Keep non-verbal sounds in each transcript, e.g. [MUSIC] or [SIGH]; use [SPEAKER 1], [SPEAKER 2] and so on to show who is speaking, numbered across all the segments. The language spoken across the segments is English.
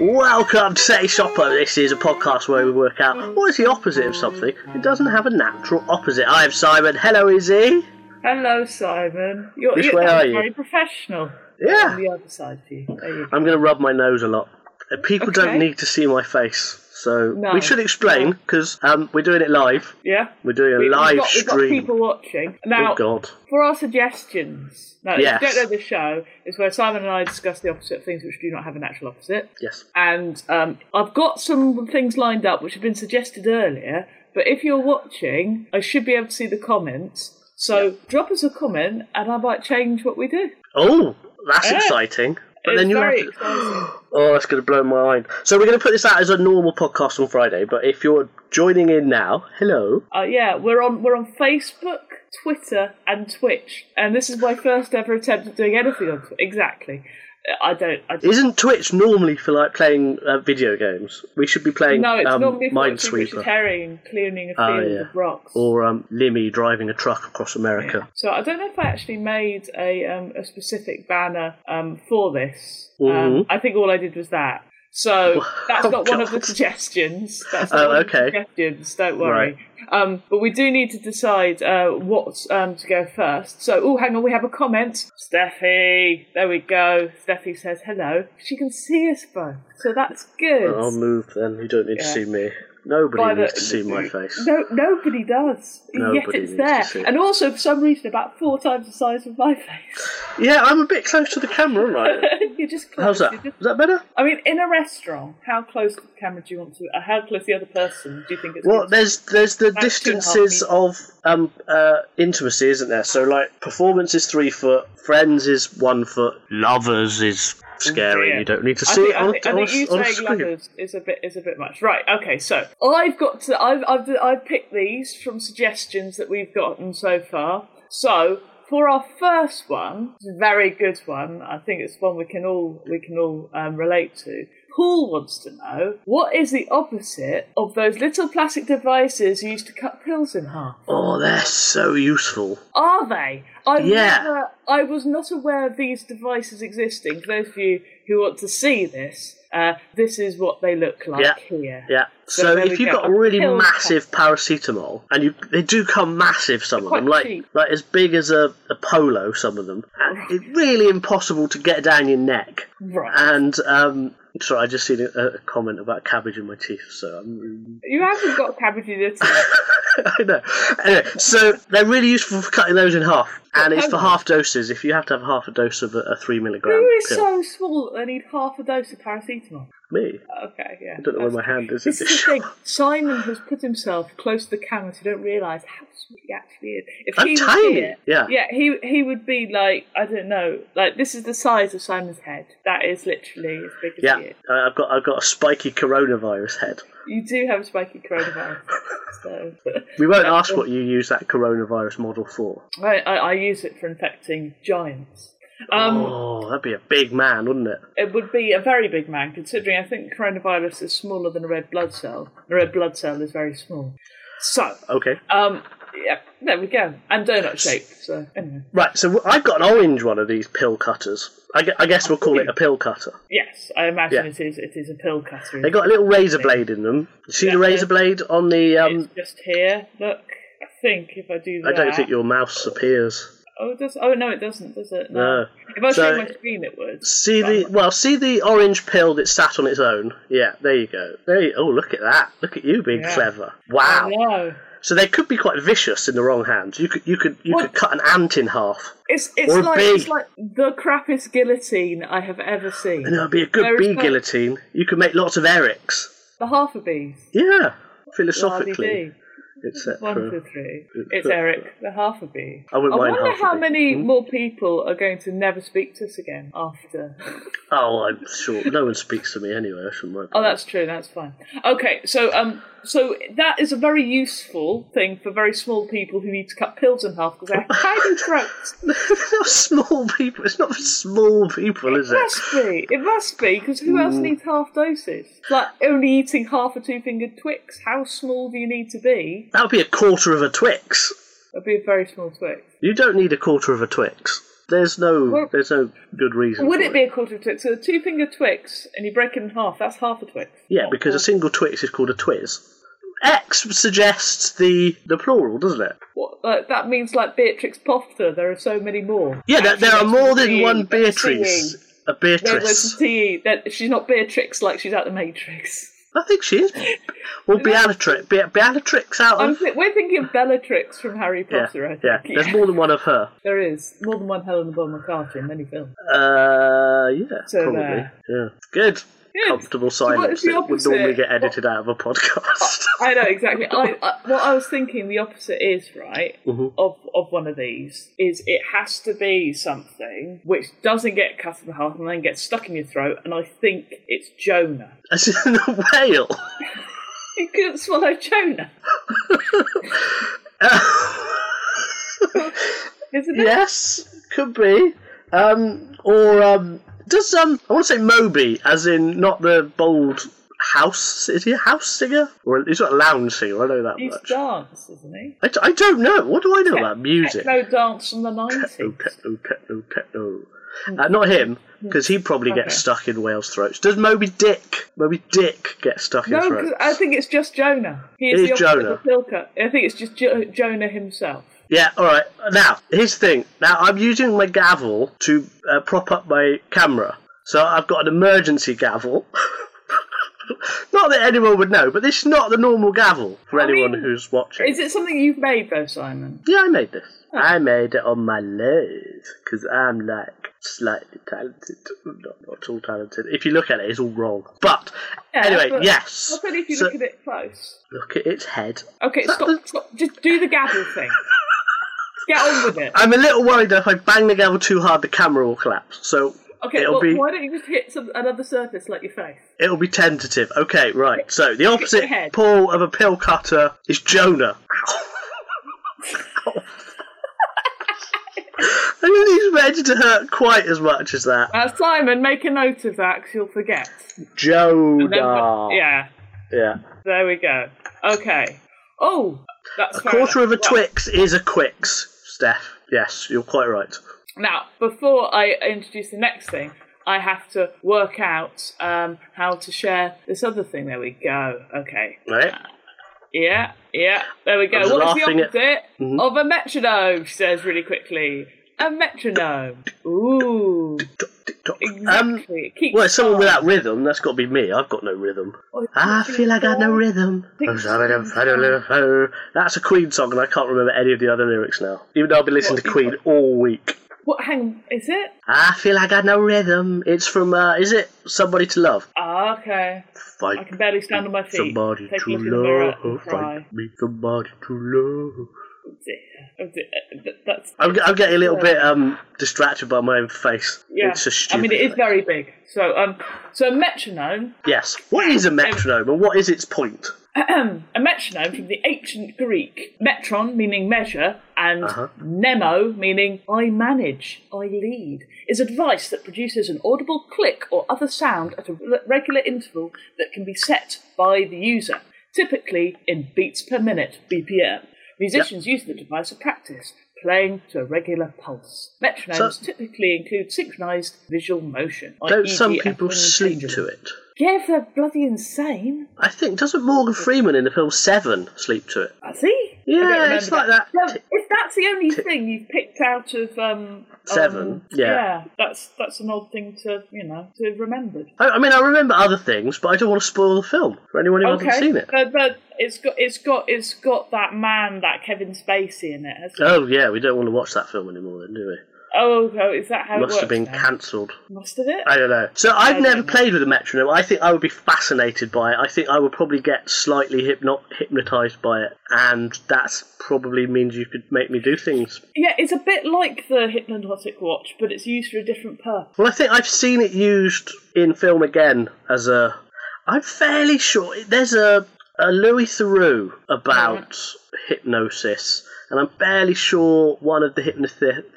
[SPEAKER 1] Welcome to Say Shopper. This is a podcast where we work out what is the opposite of something that doesn't have a natural opposite. I am Simon. Hello, Izzy.
[SPEAKER 2] Hello, Simon. You're,
[SPEAKER 1] Which
[SPEAKER 2] you're
[SPEAKER 1] way are you?
[SPEAKER 2] very professional. On
[SPEAKER 1] Yeah.
[SPEAKER 2] the other side of you. There you go.
[SPEAKER 1] I'm going to rub my nose a lot. Uh, People don't
[SPEAKER 2] Okay.
[SPEAKER 1] need to see my face, so
[SPEAKER 2] No.
[SPEAKER 1] we should explain because um, we're doing it live.
[SPEAKER 2] Yeah.
[SPEAKER 1] We're doing a
[SPEAKER 2] We- we've
[SPEAKER 1] live
[SPEAKER 2] got, We've got
[SPEAKER 1] stream.
[SPEAKER 2] people watching.
[SPEAKER 1] Oh
[SPEAKER 2] Now,
[SPEAKER 1] God.
[SPEAKER 2] for our suggestions, now,
[SPEAKER 1] Yes.
[SPEAKER 2] if you don't know the show, is where Simon and I discuss the opposite of things which do not have a natural opposite.
[SPEAKER 1] Yes.
[SPEAKER 2] And um, I've got some things lined up which have been suggested earlier, but if you're watching, I should be able to see the comments. So drop us a comment and I might change what we do.
[SPEAKER 1] Oh, that's
[SPEAKER 2] Yeah.
[SPEAKER 1] exciting. But
[SPEAKER 2] It's
[SPEAKER 1] then you have
[SPEAKER 2] very
[SPEAKER 1] to.
[SPEAKER 2] exciting.
[SPEAKER 1] Oh, that's going to blow my mind. So we're going to put this out as a normal podcast on Friday. But if you're joining in now, hello.
[SPEAKER 2] Uh, yeah, we're on we're on Facebook, Twitter, and Twitch, and this is my first ever attempt at doing anything on Twitter. Exactly. Uh, I don't. I don't
[SPEAKER 1] Isn't Twitch normally for like playing uh, video games? We should be playing
[SPEAKER 2] no, it's
[SPEAKER 1] um,
[SPEAKER 2] normally for watching
[SPEAKER 1] Minesweeper
[SPEAKER 2] vegetarian cleaning a
[SPEAKER 1] Ah,
[SPEAKER 2] field
[SPEAKER 1] yeah.
[SPEAKER 2] of rocks.
[SPEAKER 1] or um, Limmy driving a truck across America.
[SPEAKER 2] so I don't know if I actually made a um, a specific banner um, for this. Um,
[SPEAKER 1] Mhm.
[SPEAKER 2] I think all I did was that. So
[SPEAKER 1] [LAUGHS]
[SPEAKER 2] that's
[SPEAKER 1] Oh,
[SPEAKER 2] not one of the
[SPEAKER 1] God.
[SPEAKER 2] suggestions. That's not
[SPEAKER 1] [LAUGHS] Oh,
[SPEAKER 2] one of
[SPEAKER 1] okay.
[SPEAKER 2] the suggestions. Don't worry. Um, but we do need to decide uh, what um, to go first. So, oh, hang on, we have a comment. Steffi, there we go. Steffi says hello. She can see us both, so that's good.
[SPEAKER 1] I'll move then. You don't need to
[SPEAKER 2] Yeah.
[SPEAKER 1] see me. Nobody
[SPEAKER 2] By the-
[SPEAKER 1] needs to see
[SPEAKER 2] [LAUGHS]
[SPEAKER 1] my face.
[SPEAKER 2] No, nobody does.
[SPEAKER 1] Nobody
[SPEAKER 2] Yet it's
[SPEAKER 1] needs to see
[SPEAKER 2] there,
[SPEAKER 1] it.
[SPEAKER 2] and also for some reason about four times the size of my [LAUGHS] face.
[SPEAKER 1] Yeah, I'm a bit close to the camera, right?
[SPEAKER 2] [LAUGHS] You're just close.
[SPEAKER 1] How's that?
[SPEAKER 2] You're
[SPEAKER 1] Is
[SPEAKER 2] just-
[SPEAKER 1] that better?
[SPEAKER 2] I mean, in a restaurant, how close to the camera do you want to? Uh, how close to the other person do you think it's?
[SPEAKER 1] Well,
[SPEAKER 2] good?
[SPEAKER 1] there's there's the
[SPEAKER 2] About two and a half
[SPEAKER 1] distances of um uh intimacy, isn't there? So like performance is three foot, friends is one foot, lovers is scary.
[SPEAKER 2] dear.
[SPEAKER 1] You don't need to
[SPEAKER 2] I
[SPEAKER 1] see
[SPEAKER 2] think,
[SPEAKER 1] it on,
[SPEAKER 2] I think, I
[SPEAKER 1] on,
[SPEAKER 2] think you
[SPEAKER 1] on
[SPEAKER 2] saying
[SPEAKER 1] screen.
[SPEAKER 2] lovers is a bit is a bit much, right? Okay, so I've got to I've I've I've picked these from suggestions that we've gotten so far. So for our first one, it's a very good one. I think it's one we can all we can all um, relate to. Paul wants to know what is the opposite of those little plastic devices used to cut pills in half.
[SPEAKER 1] Oh, they're so useful.
[SPEAKER 2] Are they? I
[SPEAKER 1] Yeah.
[SPEAKER 2] never, I was not aware of these devices existing. For those of you who want to see this, uh, this is what they look like
[SPEAKER 1] Yeah.
[SPEAKER 2] here.
[SPEAKER 1] Yeah.
[SPEAKER 2] So
[SPEAKER 1] So,
[SPEAKER 2] there we
[SPEAKER 1] if you've
[SPEAKER 2] go.
[SPEAKER 1] got a really
[SPEAKER 2] Pill
[SPEAKER 1] massive paracetamol, and you they do come massive, some of
[SPEAKER 2] Quite
[SPEAKER 1] them, like
[SPEAKER 2] cheap.
[SPEAKER 1] like as big as a, a polo, some of them. And
[SPEAKER 2] [LAUGHS]
[SPEAKER 1] it's really impossible to get down your neck.
[SPEAKER 2] Right.
[SPEAKER 1] And um, sorry, I just seen a, a comment about cabbage in my teeth, so I'm.
[SPEAKER 2] You haven't got
[SPEAKER 1] [COUGHS]
[SPEAKER 2] cabbage in it.
[SPEAKER 1] [LAUGHS] I know. Anyway, so they're really useful for cutting those in half, and it's for
[SPEAKER 2] hang on.
[SPEAKER 1] half doses. If you have to have half a dose of a, a three milligram
[SPEAKER 2] Who is
[SPEAKER 1] pill,
[SPEAKER 2] so small that they need half a dose of paracetamol?
[SPEAKER 1] me.
[SPEAKER 2] Okay, yeah.
[SPEAKER 1] I don't know where my hand is. in
[SPEAKER 2] This is
[SPEAKER 1] [LAUGHS]
[SPEAKER 2] the thing. Simon has put himself close to the camera, so you don't realise how small he actually is. If
[SPEAKER 1] I'm
[SPEAKER 2] he was
[SPEAKER 1] tiny,
[SPEAKER 2] here-
[SPEAKER 1] yeah.
[SPEAKER 2] yeah, he he would be like I don't know, like this is the size of Simon's head. That is literally as big as
[SPEAKER 1] Yeah,
[SPEAKER 2] he is.
[SPEAKER 1] I- I've got I've got a spiky coronavirus head.
[SPEAKER 2] You do have a spiky coronavirus.
[SPEAKER 1] [LAUGHS]
[SPEAKER 2] so
[SPEAKER 1] We won't ask what you use that coronavirus model for.
[SPEAKER 2] I, I, I use it for infecting giants. Um,
[SPEAKER 1] oh, that'd be a big man, wouldn't it?
[SPEAKER 2] It would be a very big man, considering I think coronavirus is smaller than a red blood cell. A red blood cell is very small. So,
[SPEAKER 1] Okay.
[SPEAKER 2] um, yeah, there we go. And donut shape. So anyway,
[SPEAKER 1] Right, so I've got an orange one of these pill cutters. I, gue- I guess we'll call it a pill cutter.
[SPEAKER 2] yes, I imagine
[SPEAKER 1] Yeah.
[SPEAKER 2] it is. It is a pill cutter.
[SPEAKER 1] They got a little razor blade in them. You see the
[SPEAKER 2] Yeah.
[SPEAKER 1] razor blade on the. Um,
[SPEAKER 2] It's just here. Look, I think if I do
[SPEAKER 1] I
[SPEAKER 2] that,
[SPEAKER 1] don't think your mouse appears.
[SPEAKER 2] Oh, it does. Oh no, it doesn't. Does it?
[SPEAKER 1] No.
[SPEAKER 2] If I
[SPEAKER 1] So-
[SPEAKER 2] showed my screen, it would.
[SPEAKER 1] See the well, see the orange pill that sat on its own. Yeah, there you go. There. You, oh, look at that! Look at you being
[SPEAKER 2] Yeah.
[SPEAKER 1] clever. Wow.
[SPEAKER 2] No.
[SPEAKER 1] So they could be quite vicious in the wrong hands. You could you could you
[SPEAKER 2] Well-
[SPEAKER 1] could cut an ant in half.
[SPEAKER 2] It's it's
[SPEAKER 1] Or a
[SPEAKER 2] like
[SPEAKER 1] bee.
[SPEAKER 2] it's like the crappiest guillotine I have ever seen.
[SPEAKER 1] And it would be a good
[SPEAKER 2] There is
[SPEAKER 1] bee
[SPEAKER 2] no-
[SPEAKER 1] guillotine. You could make lots of Erics.
[SPEAKER 2] The half a bees.
[SPEAKER 1] Yeah,
[SPEAKER 2] RDD.
[SPEAKER 1] philosophically,
[SPEAKER 2] One
[SPEAKER 1] etc.
[SPEAKER 2] to three. It's Eric, the half a bee.
[SPEAKER 1] I wouldn't mind
[SPEAKER 2] wonder
[SPEAKER 1] half Hmm? a
[SPEAKER 2] how
[SPEAKER 1] bee.
[SPEAKER 2] many more people are going to never speak to us again after. [LAUGHS]
[SPEAKER 1] Oh, I'm sure no one speaks to me anyway. I shouldn't worry. [LAUGHS]
[SPEAKER 2] Oh, that's true. That's fine. Okay, so um, so that is a very useful thing for very small people who need to cut pills in half because they have tiny throats.
[SPEAKER 1] not small people. It's not for small people, is
[SPEAKER 2] It
[SPEAKER 1] it? Mm.
[SPEAKER 2] must be. It must be because who else needs half doses? Like only eating half a two-fingered Twix. How small do you need to be?
[SPEAKER 1] That would be a quarter of a Twix.
[SPEAKER 2] That'd be a very small Twix.
[SPEAKER 1] You don't need a quarter of a Twix. There's no
[SPEAKER 2] Well-
[SPEAKER 1] there's no good reason.
[SPEAKER 2] Would
[SPEAKER 1] for
[SPEAKER 2] it be a quarter of a twix? So a two finger twix and you break it in half, that's half a twix.
[SPEAKER 1] Yeah, because a single Twix is called a Twiz. X suggests the the plural, doesn't it?
[SPEAKER 2] What, like, that means like Beatrix Pofter, there are so many more.
[SPEAKER 1] Yeah, there, there are
[SPEAKER 2] Actually,
[SPEAKER 1] more
[SPEAKER 2] there's
[SPEAKER 1] than one
[SPEAKER 2] T, there's
[SPEAKER 1] Beatrice.
[SPEAKER 2] T.
[SPEAKER 1] A
[SPEAKER 2] There was
[SPEAKER 1] Beatrice.
[SPEAKER 2] T. E. That she's not Beatrix like she's out
[SPEAKER 1] [LAUGHS]
[SPEAKER 2] the Matrix.
[SPEAKER 1] I think she is. [LAUGHS] Well, Beatrix. Be- Beatrix out
[SPEAKER 2] I'm
[SPEAKER 1] of.
[SPEAKER 2] th- we're thinking of Bellatrix from Harry
[SPEAKER 1] Yeah,
[SPEAKER 2] Potter. I
[SPEAKER 1] yeah.
[SPEAKER 2] think.
[SPEAKER 1] There's more than one of her.
[SPEAKER 2] There is more than one Helena Bonham Carter in many films.
[SPEAKER 1] Uh, yeah,
[SPEAKER 2] So
[SPEAKER 1] probably.
[SPEAKER 2] there.
[SPEAKER 1] Yeah, good.
[SPEAKER 2] Good.
[SPEAKER 1] Comfortable
[SPEAKER 2] So
[SPEAKER 1] silence
[SPEAKER 2] what is the
[SPEAKER 1] that would normally
[SPEAKER 2] opposite?
[SPEAKER 1] get edited out of a [LAUGHS] podcast.
[SPEAKER 2] I know exactly. I, I, what I was thinking, the opposite is right
[SPEAKER 1] Mm-hmm.
[SPEAKER 2] of of one of these is it has to be something which doesn't get cut in half and then gets stuck in your throat. And I think it's Jonah. [LAUGHS]
[SPEAKER 1] As in a whale.
[SPEAKER 2] You couldn't swallow Jonah,
[SPEAKER 1] [LAUGHS]
[SPEAKER 2] isn't it?
[SPEAKER 1] yes, could be. Um, or um, does um, I want to say Moby, as in not the bold house. Is he a house singer or he's not a lounge singer? I know that
[SPEAKER 2] He's
[SPEAKER 1] much.
[SPEAKER 2] dance, isn't he?
[SPEAKER 1] I, d- I don't know. What do I know about music?
[SPEAKER 2] Techno dance from the
[SPEAKER 1] Oh,
[SPEAKER 2] nineties.
[SPEAKER 1] techno, techno, techno. Uh, not him, because he probably
[SPEAKER 2] Mm. Okay.
[SPEAKER 1] gets stuck in whales' throats. Does Moby Dick? Moby Dick get stuck in
[SPEAKER 2] No, 'cause
[SPEAKER 1] throats?
[SPEAKER 2] I think it's just Jonah. He is
[SPEAKER 1] It is
[SPEAKER 2] the opposite
[SPEAKER 1] Jonah.
[SPEAKER 2] of Pilker. I think it's just jo- Jonah himself.
[SPEAKER 1] Yeah, all right. Now, here's the thing. Now, I'm using my gavel to uh, prop up my camera. So I've got an emergency gavel. [LAUGHS] not that anyone would know, but this is not the normal gavel for
[SPEAKER 2] I
[SPEAKER 1] anyone
[SPEAKER 2] mean,
[SPEAKER 1] who's watching.
[SPEAKER 2] Is it something you've made though, Simon?
[SPEAKER 1] [LAUGHS] Yeah, I made this.
[SPEAKER 2] Oh.
[SPEAKER 1] I made it on my lathe because I'm like slightly talented, not, not at all talented. If you look at it, it's all wrong. But
[SPEAKER 2] Yeah,
[SPEAKER 1] anyway,
[SPEAKER 2] but-
[SPEAKER 1] yes.
[SPEAKER 2] I bet if you
[SPEAKER 1] So-
[SPEAKER 2] look at it close.
[SPEAKER 1] Look at its head.
[SPEAKER 2] Okay,
[SPEAKER 1] Is that
[SPEAKER 2] stop,
[SPEAKER 1] the-
[SPEAKER 2] stop. Just do the gavel thing. Get on with it.
[SPEAKER 1] [LAUGHS] I'm a little worried that if I bang the gavel too hard, the camera will collapse. So
[SPEAKER 2] Okay,
[SPEAKER 1] it'll
[SPEAKER 2] well,
[SPEAKER 1] be
[SPEAKER 2] why don't you just hit some, another surface like your face?
[SPEAKER 1] it'll be tentative. Okay, right. So the opposite
[SPEAKER 2] head.
[SPEAKER 1] pole of a pill cutter is
[SPEAKER 2] [LAUGHS]
[SPEAKER 1] Jonah. Ow. I didn't expect it to hurt quite as much as that.
[SPEAKER 2] Uh, Simon, make a note of that because you'll forget.
[SPEAKER 1] Jonah.
[SPEAKER 2] Then- Yeah,
[SPEAKER 1] yeah.
[SPEAKER 2] there we go. Okay. Oh, that's
[SPEAKER 1] A quarter of a
[SPEAKER 2] twist.
[SPEAKER 1] Twix is a Quix, Steph. Yes, you're quite right.
[SPEAKER 2] Now, before I introduce the next thing, I have to work out um, how to share this other thing. There we go. Okay.
[SPEAKER 1] Right?
[SPEAKER 2] Yeah, yeah. There we go.
[SPEAKER 1] I was
[SPEAKER 2] What's the
[SPEAKER 1] laughing at- Mm-hmm.
[SPEAKER 2] opposite of a metronome? She says really quickly. A metronome. Ooh.
[SPEAKER 1] Tick-tock, tick-tock. Um,
[SPEAKER 2] Exactly. It keeps Oh,
[SPEAKER 1] well, someone
[SPEAKER 2] time.
[SPEAKER 1] without rhythm, that's got to be me. I've got no rhythm. I feel I got no rhythm. That's a Queen song, and I can't remember any of the other lyrics now. Even though I've been listening to Queen all week.
[SPEAKER 2] What? Hang on. Is it?
[SPEAKER 1] I feel I got no rhythm. It's from, uh, is it Somebody to Love?
[SPEAKER 2] Ah, okay.
[SPEAKER 1] Fight
[SPEAKER 2] I can barely stand on my feet.
[SPEAKER 1] somebody
[SPEAKER 2] Take a
[SPEAKER 1] to
[SPEAKER 2] look in the mirror and
[SPEAKER 1] love.
[SPEAKER 2] cry.
[SPEAKER 1] Fight me, somebody to love.
[SPEAKER 2] Oh dear. Oh dear. Uh, th- That's
[SPEAKER 1] I'm, I'm getting a little bit um, distracted by my own face.
[SPEAKER 2] yeah.
[SPEAKER 1] It's a
[SPEAKER 2] I
[SPEAKER 1] stupid.
[SPEAKER 2] mean, it is
[SPEAKER 1] thing.
[SPEAKER 2] very big. So, um, so a metronome
[SPEAKER 1] Yes. What is a metronome and what is its point?
[SPEAKER 2] A metronome from the ancient Greek, metron meaning measure, and
[SPEAKER 1] Uh-huh.
[SPEAKER 2] nemo meaning I manage, I lead, is a device that produces an audible click or other sound at a re- regular interval that can be set by the user, typically in beats per minute (BPM). Musicians use the device for practice, playing to a regular pulse. Metronomes
[SPEAKER 1] So-
[SPEAKER 2] typically include synchronized visual motion.
[SPEAKER 1] Don't
[SPEAKER 2] i.e.
[SPEAKER 1] some
[SPEAKER 2] the
[SPEAKER 1] people
[SPEAKER 2] F1
[SPEAKER 1] sleep
[SPEAKER 2] pendulum.
[SPEAKER 1] to it?
[SPEAKER 2] Yeah, if they're bloody insane.
[SPEAKER 1] I think doesn't Morgan Freeman in the film Seven sleep to it?
[SPEAKER 2] That's he.
[SPEAKER 1] Yeah,
[SPEAKER 2] I don't remember
[SPEAKER 1] it's like that.
[SPEAKER 2] No, if that's the only thing you've picked out of um,
[SPEAKER 1] Seven,
[SPEAKER 2] um,
[SPEAKER 1] yeah.
[SPEAKER 2] that's that's an odd thing to you know to have remembered.
[SPEAKER 1] I, I mean, I remember other things, but I don't want to spoil the film for anyone who
[SPEAKER 2] okay,
[SPEAKER 1] hasn't seen it.
[SPEAKER 2] but but it's got it's got it's got that man that Kevin Spacey in it. hasn't it?
[SPEAKER 1] Oh yeah, we don't want to watch that film anymore, then, do we?
[SPEAKER 2] Oh, oh, is that how it
[SPEAKER 1] Must
[SPEAKER 2] works?
[SPEAKER 1] have been
[SPEAKER 2] now?
[SPEAKER 1] cancelled.
[SPEAKER 2] Must have it.
[SPEAKER 1] I don't know. So I've
[SPEAKER 2] don't
[SPEAKER 1] never
[SPEAKER 2] know.
[SPEAKER 1] played with a metronome. I think I would be fascinated by it. I think I would probably get slightly hypno- hypnotized by it, and that's probably means you could make me do things.
[SPEAKER 2] yeah, it's a bit like the hypnotic watch, but it's used for a different purpose.
[SPEAKER 1] Well, I think I've seen it used in film again as a. I'm fairly sure there's a a Louis Theroux about hypnosis, and I'm fairly sure one of the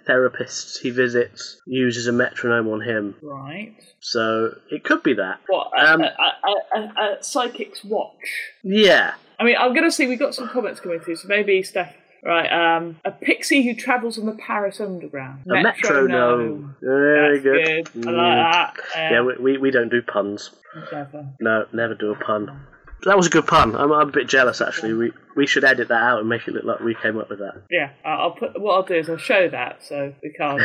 [SPEAKER 1] hypnotherapists he visits uses a metronome on him.
[SPEAKER 2] Right.
[SPEAKER 1] So it could be that.
[SPEAKER 2] What a,
[SPEAKER 1] Um,
[SPEAKER 2] a, a, a, a psychic's watch?
[SPEAKER 1] Yeah.
[SPEAKER 2] I mean, I'm going to see we got some comments coming through, so maybe Steph Right, um, a pixie who travels on the Paris Underground.
[SPEAKER 1] A metronome. Very
[SPEAKER 2] That's
[SPEAKER 1] good. Mm.
[SPEAKER 2] good. I like that. Um,
[SPEAKER 1] Yeah, we, we, we don't do puns.
[SPEAKER 2] clever.
[SPEAKER 1] No, never do a pun. That was a good pun. I'm, I'm a bit jealous actually. We we should edit that out and make it look like we came up with that.
[SPEAKER 2] Yeah, I- I'll put. What I'll do is I'll show that, so we
[SPEAKER 1] [LAUGHS]
[SPEAKER 2] can't.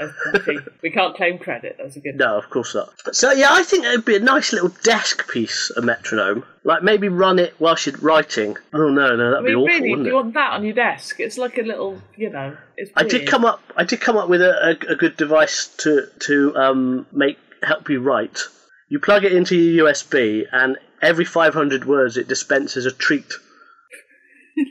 [SPEAKER 2] that's complete- we can't claim credit. That's a good.
[SPEAKER 1] No, of course not. So yeah, I think it'd be a nice little desk piece, a metronome. Like maybe run it while she's writing. Oh no, no, that'd
[SPEAKER 2] I mean,
[SPEAKER 1] be awful,
[SPEAKER 2] really,
[SPEAKER 1] wouldn't
[SPEAKER 2] do
[SPEAKER 1] it?
[SPEAKER 2] you want that on your desk? It's like a little, you know. It's
[SPEAKER 1] I did
[SPEAKER 2] weird. [LAUGHS]
[SPEAKER 1] come up. I did come up with a, a, a good device to to um, make help you write. You plug it into your USB, and every 500 words, it dispenses a treat.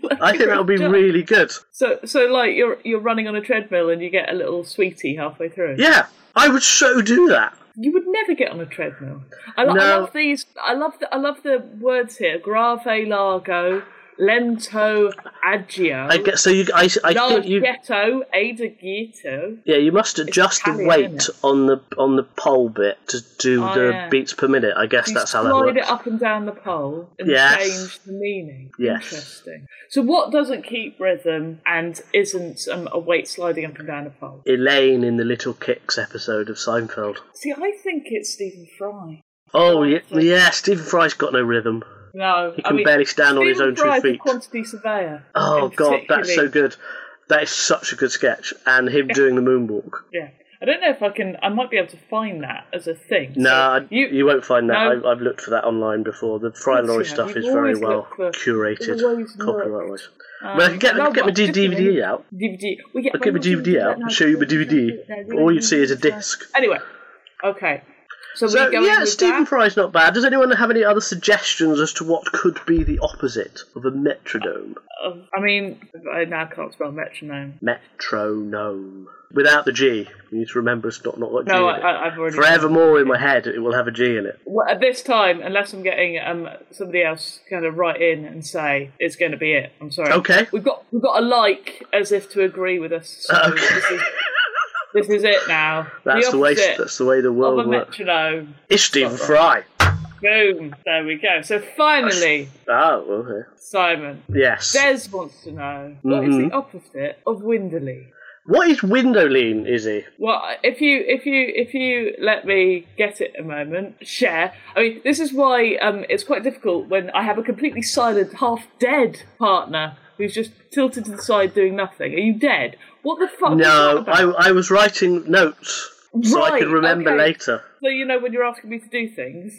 [SPEAKER 1] I think that would be
[SPEAKER 2] Good job.
[SPEAKER 1] really good.
[SPEAKER 2] So, so like you're you're running on a treadmill and you get a little sweetie halfway through.
[SPEAKER 1] Yeah, I would so do that.
[SPEAKER 2] You would never get on a treadmill. I, lo-
[SPEAKER 1] No.
[SPEAKER 2] I love these. I love the. I love the words here. Grave largo, lento agio,
[SPEAKER 1] I guess so. You, I, I think you,
[SPEAKER 2] largetto, adagietto.
[SPEAKER 1] yeah, you must adjust the
[SPEAKER 2] Italian,
[SPEAKER 1] weight
[SPEAKER 2] isn't
[SPEAKER 1] on the on the pole bit to do
[SPEAKER 2] Oh,
[SPEAKER 1] the
[SPEAKER 2] yeah.
[SPEAKER 1] beats per minute. I guess
[SPEAKER 2] You
[SPEAKER 1] that's how that
[SPEAKER 2] slide
[SPEAKER 1] works.
[SPEAKER 2] it up and down the pole and
[SPEAKER 1] Yes.
[SPEAKER 2] change the meaning.
[SPEAKER 1] Yes.
[SPEAKER 2] Interesting. So, what doesn't keep rhythm and isn't um, a weight sliding up and down a pole?
[SPEAKER 1] Elaine in the Little Kicks episode of Seinfeld.
[SPEAKER 2] See, I think it's Stephen Fry.
[SPEAKER 1] Oh yeah, yeah Stephen Fry's got no rhythm.
[SPEAKER 2] No,
[SPEAKER 1] He
[SPEAKER 2] I
[SPEAKER 1] can
[SPEAKER 2] mean,
[SPEAKER 1] barely stand on his
[SPEAKER 2] Stephen
[SPEAKER 1] own two
[SPEAKER 2] Fry's a
[SPEAKER 1] feet.
[SPEAKER 2] quantity surveyor.
[SPEAKER 1] Oh
[SPEAKER 2] and
[SPEAKER 1] god, that's so
[SPEAKER 2] particularly-
[SPEAKER 1] good. That is such a good sketch, and him doing the moonwalk.
[SPEAKER 2] Yeah, I don't know if I can. I might be able to find that as a thing.
[SPEAKER 1] No, I-
[SPEAKER 2] so
[SPEAKER 1] you, won't find that.
[SPEAKER 2] no.
[SPEAKER 1] I've, I've looked for that online before. The Fry
[SPEAKER 2] Yes,
[SPEAKER 1] Laurie
[SPEAKER 2] you have.
[SPEAKER 1] stuff
[SPEAKER 2] You've
[SPEAKER 1] is very
[SPEAKER 2] always
[SPEAKER 1] well
[SPEAKER 2] looked for-
[SPEAKER 1] curated,
[SPEAKER 2] always looked. Um,
[SPEAKER 1] copyright wise. but I can get,
[SPEAKER 2] no,
[SPEAKER 1] get my
[SPEAKER 2] but just a
[SPEAKER 1] DVD
[SPEAKER 2] minute.
[SPEAKER 1] out.
[SPEAKER 2] DVD. We get.
[SPEAKER 1] I'll get my DVD out and show you my DVD. All you'd see is a disc.
[SPEAKER 2] Anyway, okay. So,
[SPEAKER 1] So
[SPEAKER 2] we're going
[SPEAKER 1] yeah,
[SPEAKER 2] with
[SPEAKER 1] Stephen
[SPEAKER 2] that?
[SPEAKER 1] Fry's not bad. Does anyone have any other suggestions as to what could be the opposite of a metronome?
[SPEAKER 2] Um, I mean, I now can't spell metronome.
[SPEAKER 1] Metronome without the G. You need to remember it's not not got G
[SPEAKER 2] No,
[SPEAKER 1] in
[SPEAKER 2] I,
[SPEAKER 1] it.
[SPEAKER 2] I, I've already.
[SPEAKER 1] Forevermore in my head, it will have a G in it.
[SPEAKER 2] Well, at this time, unless I'm getting um, somebody else kind of write in and say it's going to be it. I'm sorry.
[SPEAKER 1] Okay.
[SPEAKER 2] We've got we've got a like as if to agree with us. So
[SPEAKER 1] [LAUGHS] Okay.
[SPEAKER 2] this, is, this is it now.
[SPEAKER 1] That's the, way.
[SPEAKER 2] opposite
[SPEAKER 1] That's the way the
[SPEAKER 2] of
[SPEAKER 1] world
[SPEAKER 2] a
[SPEAKER 1] works.
[SPEAKER 2] metronome.
[SPEAKER 1] It's Stephen Fry.
[SPEAKER 2] Boom. There we go. So finally,
[SPEAKER 1] Oh, okay.
[SPEAKER 2] Simon.
[SPEAKER 1] Yes.
[SPEAKER 2] Des wants to know what is
[SPEAKER 1] Mm-hmm.
[SPEAKER 2] the opposite of windily.
[SPEAKER 1] what is window lean, Izzy?
[SPEAKER 2] Well, if you if you if you let me get it a moment, share. I mean, this is why um, it's quite difficult when I have a completely silent, half dead partner who's just tilted to the side doing nothing. Are you dead? What the fuck? was that
[SPEAKER 1] No,
[SPEAKER 2] about?
[SPEAKER 1] I, I was writing notes so I could
[SPEAKER 2] Right,
[SPEAKER 1] remember
[SPEAKER 2] okay.
[SPEAKER 1] later.
[SPEAKER 2] So you know when you're asking me to do things.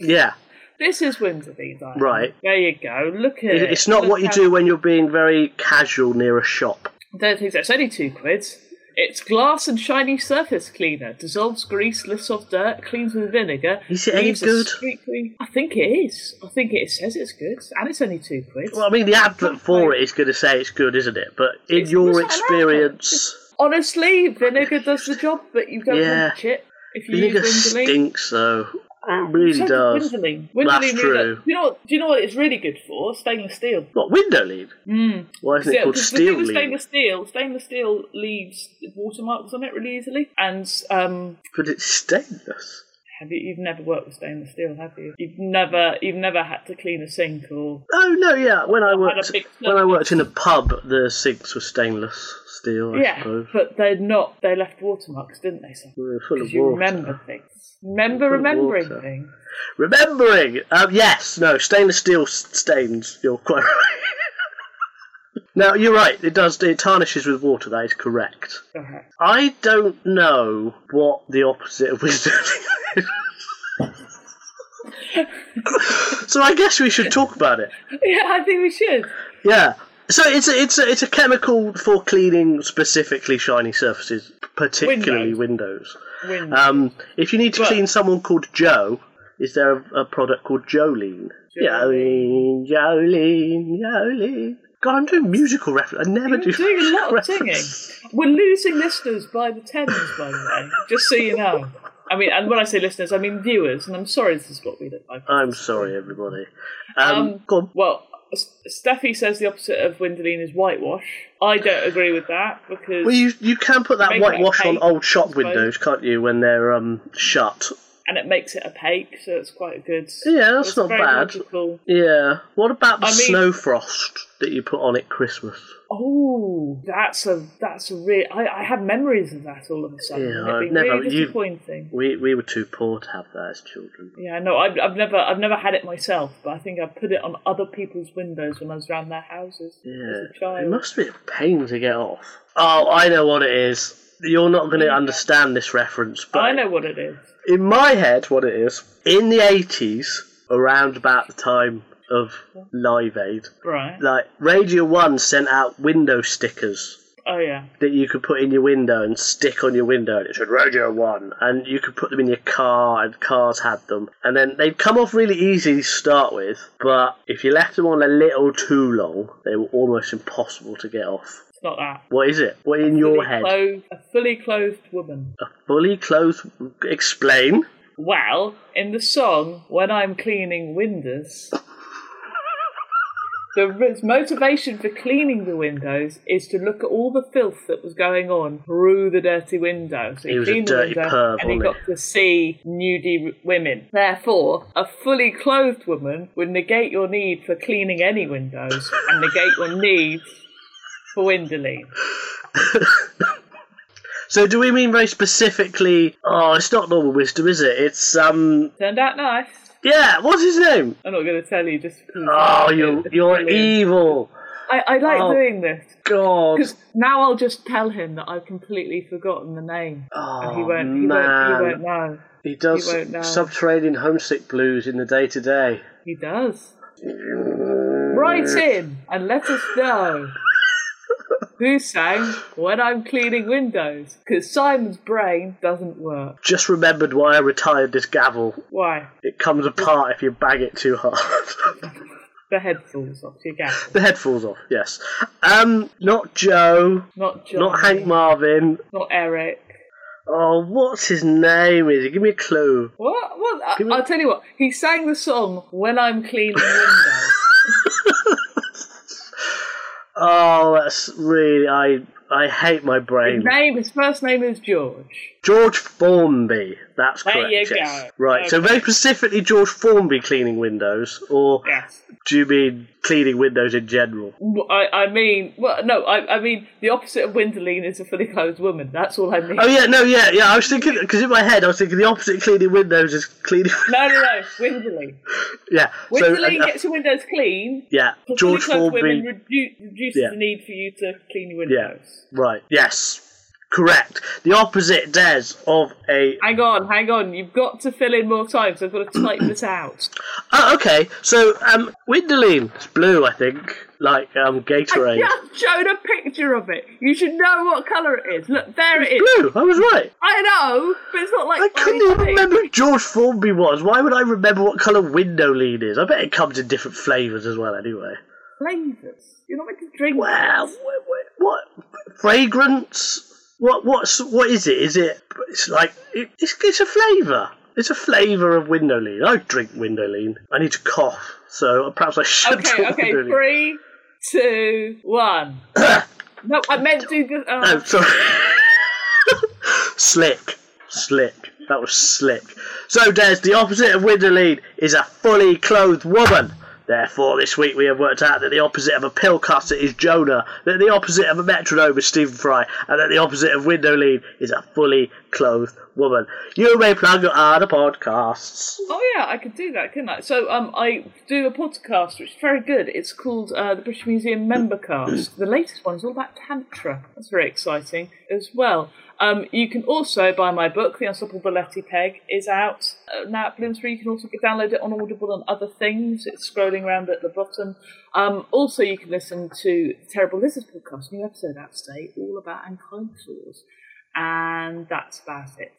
[SPEAKER 1] Yeah.
[SPEAKER 2] This is Windsor Dive.
[SPEAKER 1] Right.
[SPEAKER 2] There you go. Look at it.
[SPEAKER 1] It's not
[SPEAKER 2] Look
[SPEAKER 1] what you
[SPEAKER 2] how-
[SPEAKER 1] do when you're being very casual near a shop.
[SPEAKER 2] Don't think that's only two quids. It's glass and shiny surface cleaner. Dissolves grease, lifts off dirt, cleans with vinegar.
[SPEAKER 1] Is it any
[SPEAKER 2] leaves a
[SPEAKER 1] good?
[SPEAKER 2] streak clean- I think it is. I think it says it's good, and it's only two quids.
[SPEAKER 1] Well, I mean, the advert for it is going to say it's good, isn't it? But in
[SPEAKER 2] it's
[SPEAKER 1] your
[SPEAKER 2] not an
[SPEAKER 1] experience,
[SPEAKER 2] Honestly, vinegar does the job, but you don't
[SPEAKER 1] Yeah.
[SPEAKER 2] want it if you
[SPEAKER 1] vinegar
[SPEAKER 2] use Windeling.
[SPEAKER 1] stinks, though. It really
[SPEAKER 2] So
[SPEAKER 1] does.
[SPEAKER 2] Windeling.
[SPEAKER 1] That's
[SPEAKER 2] Windeling really
[SPEAKER 1] true.
[SPEAKER 2] does- You know, what- do you know what it's really good for? Stainless steel.
[SPEAKER 1] What, window lean? Why isn't it
[SPEAKER 2] Hmm. Yeah,
[SPEAKER 1] called
[SPEAKER 2] 'cause
[SPEAKER 1] steel
[SPEAKER 2] the thing with
[SPEAKER 1] lean?
[SPEAKER 2] stainless steel, stainless steel leaves watermarks on it really easily, and um,
[SPEAKER 1] But it's stainless.
[SPEAKER 2] Have you? You've never worked with stainless steel, have you? You've never, you've never had to clean a sink or.
[SPEAKER 1] Oh no, yeah. When I worked,
[SPEAKER 2] big
[SPEAKER 1] when I worked in a pub, the sinks were stainless steel. I
[SPEAKER 2] yeah, [LAUGHS]
[SPEAKER 1] suppose.
[SPEAKER 2] but they're not. They left watermarks, didn't they? Because
[SPEAKER 1] They were full of
[SPEAKER 2] you
[SPEAKER 1] water.
[SPEAKER 2] remember things. Remember remembering
[SPEAKER 1] water.
[SPEAKER 2] things.
[SPEAKER 1] Remembering, um, yes, no, stainless steel s- stains. You're quite [LAUGHS] right. now you're right. It does. It tarnishes with water. That is correct.
[SPEAKER 2] Okay.
[SPEAKER 1] I don't know what the opposite of wisdom [LAUGHS]
[SPEAKER 2] [LAUGHS]
[SPEAKER 1] is. so I guess we should talk about it.
[SPEAKER 2] [LAUGHS] Yeah, I think we should.
[SPEAKER 1] Yeah. So it's a, it's a, it's a chemical for cleaning specifically shiny surfaces, particularly windows.
[SPEAKER 2] Win.
[SPEAKER 1] Um, if you need to
[SPEAKER 2] Well-
[SPEAKER 1] clean someone called Joe, is there a, a product called Jolene? Jolene, Jolene, Jolene. God, I'm doing musical reference. I never
[SPEAKER 2] We're
[SPEAKER 1] do.
[SPEAKER 2] doing a lot of singing.
[SPEAKER 1] reference.
[SPEAKER 2] We're losing listeners by the tens, by the way. Just so you know. I mean, and when I say listeners, I mean viewers, and I'm sorry this is what we look like.
[SPEAKER 1] I'm sorry, everybody. Um,
[SPEAKER 2] Um,
[SPEAKER 1] go on.
[SPEAKER 2] Well, S- Steffi says the opposite of Windeline is whitewash. I don't agree with that because
[SPEAKER 1] Well, you you can put that
[SPEAKER 2] Make
[SPEAKER 1] whitewash
[SPEAKER 2] that
[SPEAKER 1] on
[SPEAKER 2] cake,
[SPEAKER 1] old shop
[SPEAKER 2] suppose.
[SPEAKER 1] windows, can't you? When they're um shut,
[SPEAKER 2] and it makes it opaque, so it's quite a good.
[SPEAKER 1] Yeah, that's
[SPEAKER 2] it's
[SPEAKER 1] not
[SPEAKER 2] very
[SPEAKER 1] bad.
[SPEAKER 2] logical.
[SPEAKER 1] Yeah. What about the
[SPEAKER 2] I mean-
[SPEAKER 1] snow frost that you put on at Christmas?
[SPEAKER 2] Oh, that's a that's a real. I, I had memories of that all of a sudden.
[SPEAKER 1] Yeah,
[SPEAKER 2] it
[SPEAKER 1] I've
[SPEAKER 2] being
[SPEAKER 1] never-
[SPEAKER 2] really
[SPEAKER 1] you-
[SPEAKER 2] disappointing.
[SPEAKER 1] We we were too poor to have that as children.
[SPEAKER 2] Yeah, no, I've, I've never, I've never had it myself, but I think I put it on other people's windows when I was around their houses
[SPEAKER 1] Yeah.
[SPEAKER 2] as a child.
[SPEAKER 1] It must be a pain to get off. Oh, I know what it is. You're not going to understand this reference, but
[SPEAKER 2] I know what it is.
[SPEAKER 1] in my head, what it is in the 80s, around about the time of Live Aid,
[SPEAKER 2] Right.
[SPEAKER 1] like Radio One sent out window stickers
[SPEAKER 2] Oh yeah.
[SPEAKER 1] that you could put in your window and stick on your window. and It said Radio One, and you could put them in your car, and cars had them. And then they'd come off really easy to start with, but if you left them on a little too long, they were almost impossible to get off.
[SPEAKER 2] It's not that.
[SPEAKER 1] What is it? What in your
[SPEAKER 2] Fully
[SPEAKER 1] head?
[SPEAKER 2] clothed- a fully clothed woman.
[SPEAKER 1] A fully clothed. Explain.
[SPEAKER 2] Well, in the song "When I'm Cleaning Windows," the r- motivation for cleaning the windows is to look at all the filth that was going on through the dirty window. So
[SPEAKER 1] He was a
[SPEAKER 2] cleaned
[SPEAKER 1] dirty
[SPEAKER 2] the window,
[SPEAKER 1] perv,
[SPEAKER 2] and he
[SPEAKER 1] wasn't
[SPEAKER 2] got to see nudie w- women. Therefore, a fully clothed woman would negate your need for cleaning any windows and negate your need for windowing.
[SPEAKER 1] So do we mean very specifically? Oh, it's not normal wisdom, is it? It's um.
[SPEAKER 2] Turned out nice.
[SPEAKER 1] Yeah. What's his name?
[SPEAKER 2] I'm not going to tell you just. because-
[SPEAKER 1] Oh, you
[SPEAKER 2] It's
[SPEAKER 1] you're
[SPEAKER 2] brilliant.
[SPEAKER 1] evil.
[SPEAKER 2] I, I like
[SPEAKER 1] Oh.
[SPEAKER 2] doing this.
[SPEAKER 1] God.
[SPEAKER 2] Because now I'll just tell him that I've completely forgotten the name.
[SPEAKER 1] Oh,
[SPEAKER 2] and he won't, he
[SPEAKER 1] man.
[SPEAKER 2] won't, he won't know.
[SPEAKER 1] He does
[SPEAKER 2] He won't know.
[SPEAKER 1] subterranean homesick blues in the day to day.
[SPEAKER 2] He does. Write in and let us
[SPEAKER 1] [LAUGHS]
[SPEAKER 2] know who sang When I'm Cleaning Windows. Because Simon's brain doesn't work.
[SPEAKER 1] Just remembered why I retired this gavel.
[SPEAKER 2] Why?
[SPEAKER 1] It comes apart if you bang it too hard. [LAUGHS]
[SPEAKER 2] The head falls off your gap.
[SPEAKER 1] the head falls off, yes. Um, not Joe,
[SPEAKER 2] Not John.
[SPEAKER 1] not Hank Marvin.
[SPEAKER 2] Not Eric.
[SPEAKER 1] Oh, what's his name? Is it? Give me a clue.
[SPEAKER 2] What? What? I,
[SPEAKER 1] Give me-
[SPEAKER 2] I'll tell you what. He sang the song When I'm Cleaning
[SPEAKER 1] [LAUGHS]
[SPEAKER 2] Windows.
[SPEAKER 1] Oh, that's really. I I hate my brain.
[SPEAKER 2] his name, his first name is George.
[SPEAKER 1] George Formby. That's
[SPEAKER 2] There
[SPEAKER 1] correct.
[SPEAKER 2] you
[SPEAKER 1] yes.
[SPEAKER 2] go.
[SPEAKER 1] Right. So
[SPEAKER 2] Okay.
[SPEAKER 1] very specifically, George Formby cleaning windows, or
[SPEAKER 2] Yes.
[SPEAKER 1] do you mean cleaning windows in general?
[SPEAKER 2] Well, I, I mean, well, no, I, I mean, the opposite of Windoline is a fully clothed woman. That's all I mean.
[SPEAKER 1] Oh yeah, no, yeah, yeah. I was thinking because in my head I was thinking the opposite of cleaning windows is cleaning. [LAUGHS]
[SPEAKER 2] No, no, no, Windoline.
[SPEAKER 1] yeah. So
[SPEAKER 2] Windoline
[SPEAKER 1] uh, uh,
[SPEAKER 2] gets your windows clean.
[SPEAKER 1] yeah,
[SPEAKER 2] but
[SPEAKER 1] George
[SPEAKER 2] fully clothed women
[SPEAKER 1] Formby.
[SPEAKER 2] redu- reduces
[SPEAKER 1] Yeah.
[SPEAKER 2] the need for you to clean your
[SPEAKER 1] Yeah.
[SPEAKER 2] windows.
[SPEAKER 1] Right. Yes. Correct. The opposite, Des, of a.
[SPEAKER 2] Hang on, hang on. You've got to fill in more time, so I've got to type this out.
[SPEAKER 1] [COUGHS] Oh, okay. So, um, Windoline. It's blue, I think. Like um, Gatorade.
[SPEAKER 2] [LAUGHS] Just showed a picture of it. You should know what colour it is. Look, there it is.
[SPEAKER 1] Blue. I was right.
[SPEAKER 2] I know, but it's not like
[SPEAKER 1] I couldn't
[SPEAKER 2] orange
[SPEAKER 1] even
[SPEAKER 2] thing.
[SPEAKER 1] remember who George Formby was. Why would I remember what colour Windoline is? I bet it comes in different flavours as well. Anyway.
[SPEAKER 2] flavours. You're not meant to drink.
[SPEAKER 1] Wow,
[SPEAKER 2] this.
[SPEAKER 1] what, what, fragrance? What what's what is it? Is it? It's like it, it's it's a flavour. It's a flavour of windowline. I drink windowline. I need to cough, so perhaps I should.
[SPEAKER 2] Okay,
[SPEAKER 1] drink
[SPEAKER 2] okay,
[SPEAKER 1] Windoline.
[SPEAKER 2] three, two, [COUGHS] one. no, I meant to. do- Oh,
[SPEAKER 1] Oh, sorry. slick, slick. That was slick. So, Des, the opposite of windowline is a fully clothed woman. Therefore, this week we have worked out that the opposite of a pill cutter is Jonah, that the opposite of a metronome is Stephen Fry, and that the opposite of windowline is a fully clothed woman. You may plug your other podcasts.
[SPEAKER 2] oh yeah, I could do that, couldn't I? So um, I do a podcast which is very good. It's called uh, the British Museum Membercast. the latest one is all about tantra. That's very exciting as well. Um, you can also buy my book, The Unstoppable Letty Peg, is out uh, now at Bloomsbury. You can also download it on Audible and other things. It's scrolling around at the bottom. Um, also, you can listen to the Terrible Lizards podcast, new episode out today, all about ankylosaurs. And that's about it.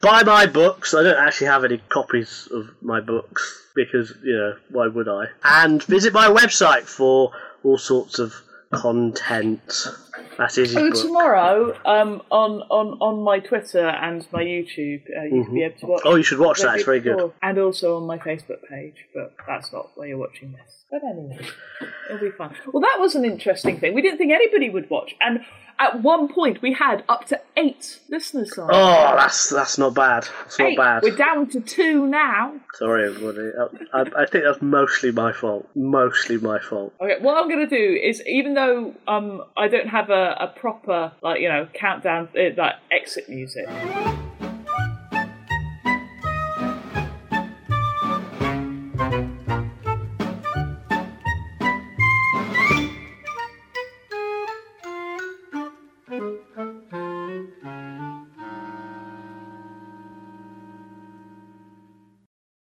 [SPEAKER 1] Buy my books. I don't actually have any copies of my books because, you know, why would I? And visit my website for all sorts of content. That is
[SPEAKER 2] Oh,
[SPEAKER 1] his book.
[SPEAKER 2] tomorrow um, on, on, on my Twitter and my YouTube, uh, you can be able to watch.
[SPEAKER 1] Oh, you should watch that. It's very good.
[SPEAKER 2] before, And also on my Facebook page, but that's not where you're watching this. But anyway, it'll be fun. Well, that was an interesting thing. We didn't think anybody would watch, and at one point we had up to eight listeners on.
[SPEAKER 1] Oh, that's that's not bad. That's not
[SPEAKER 2] Eight.
[SPEAKER 1] bad.
[SPEAKER 2] We're down to two now.
[SPEAKER 1] Sorry, everybody. I, I, I think that's mostly my fault. Mostly my fault.
[SPEAKER 2] Okay, what I'm gonna do is, even though um I don't have a, a proper like you know countdown uh, like exit music,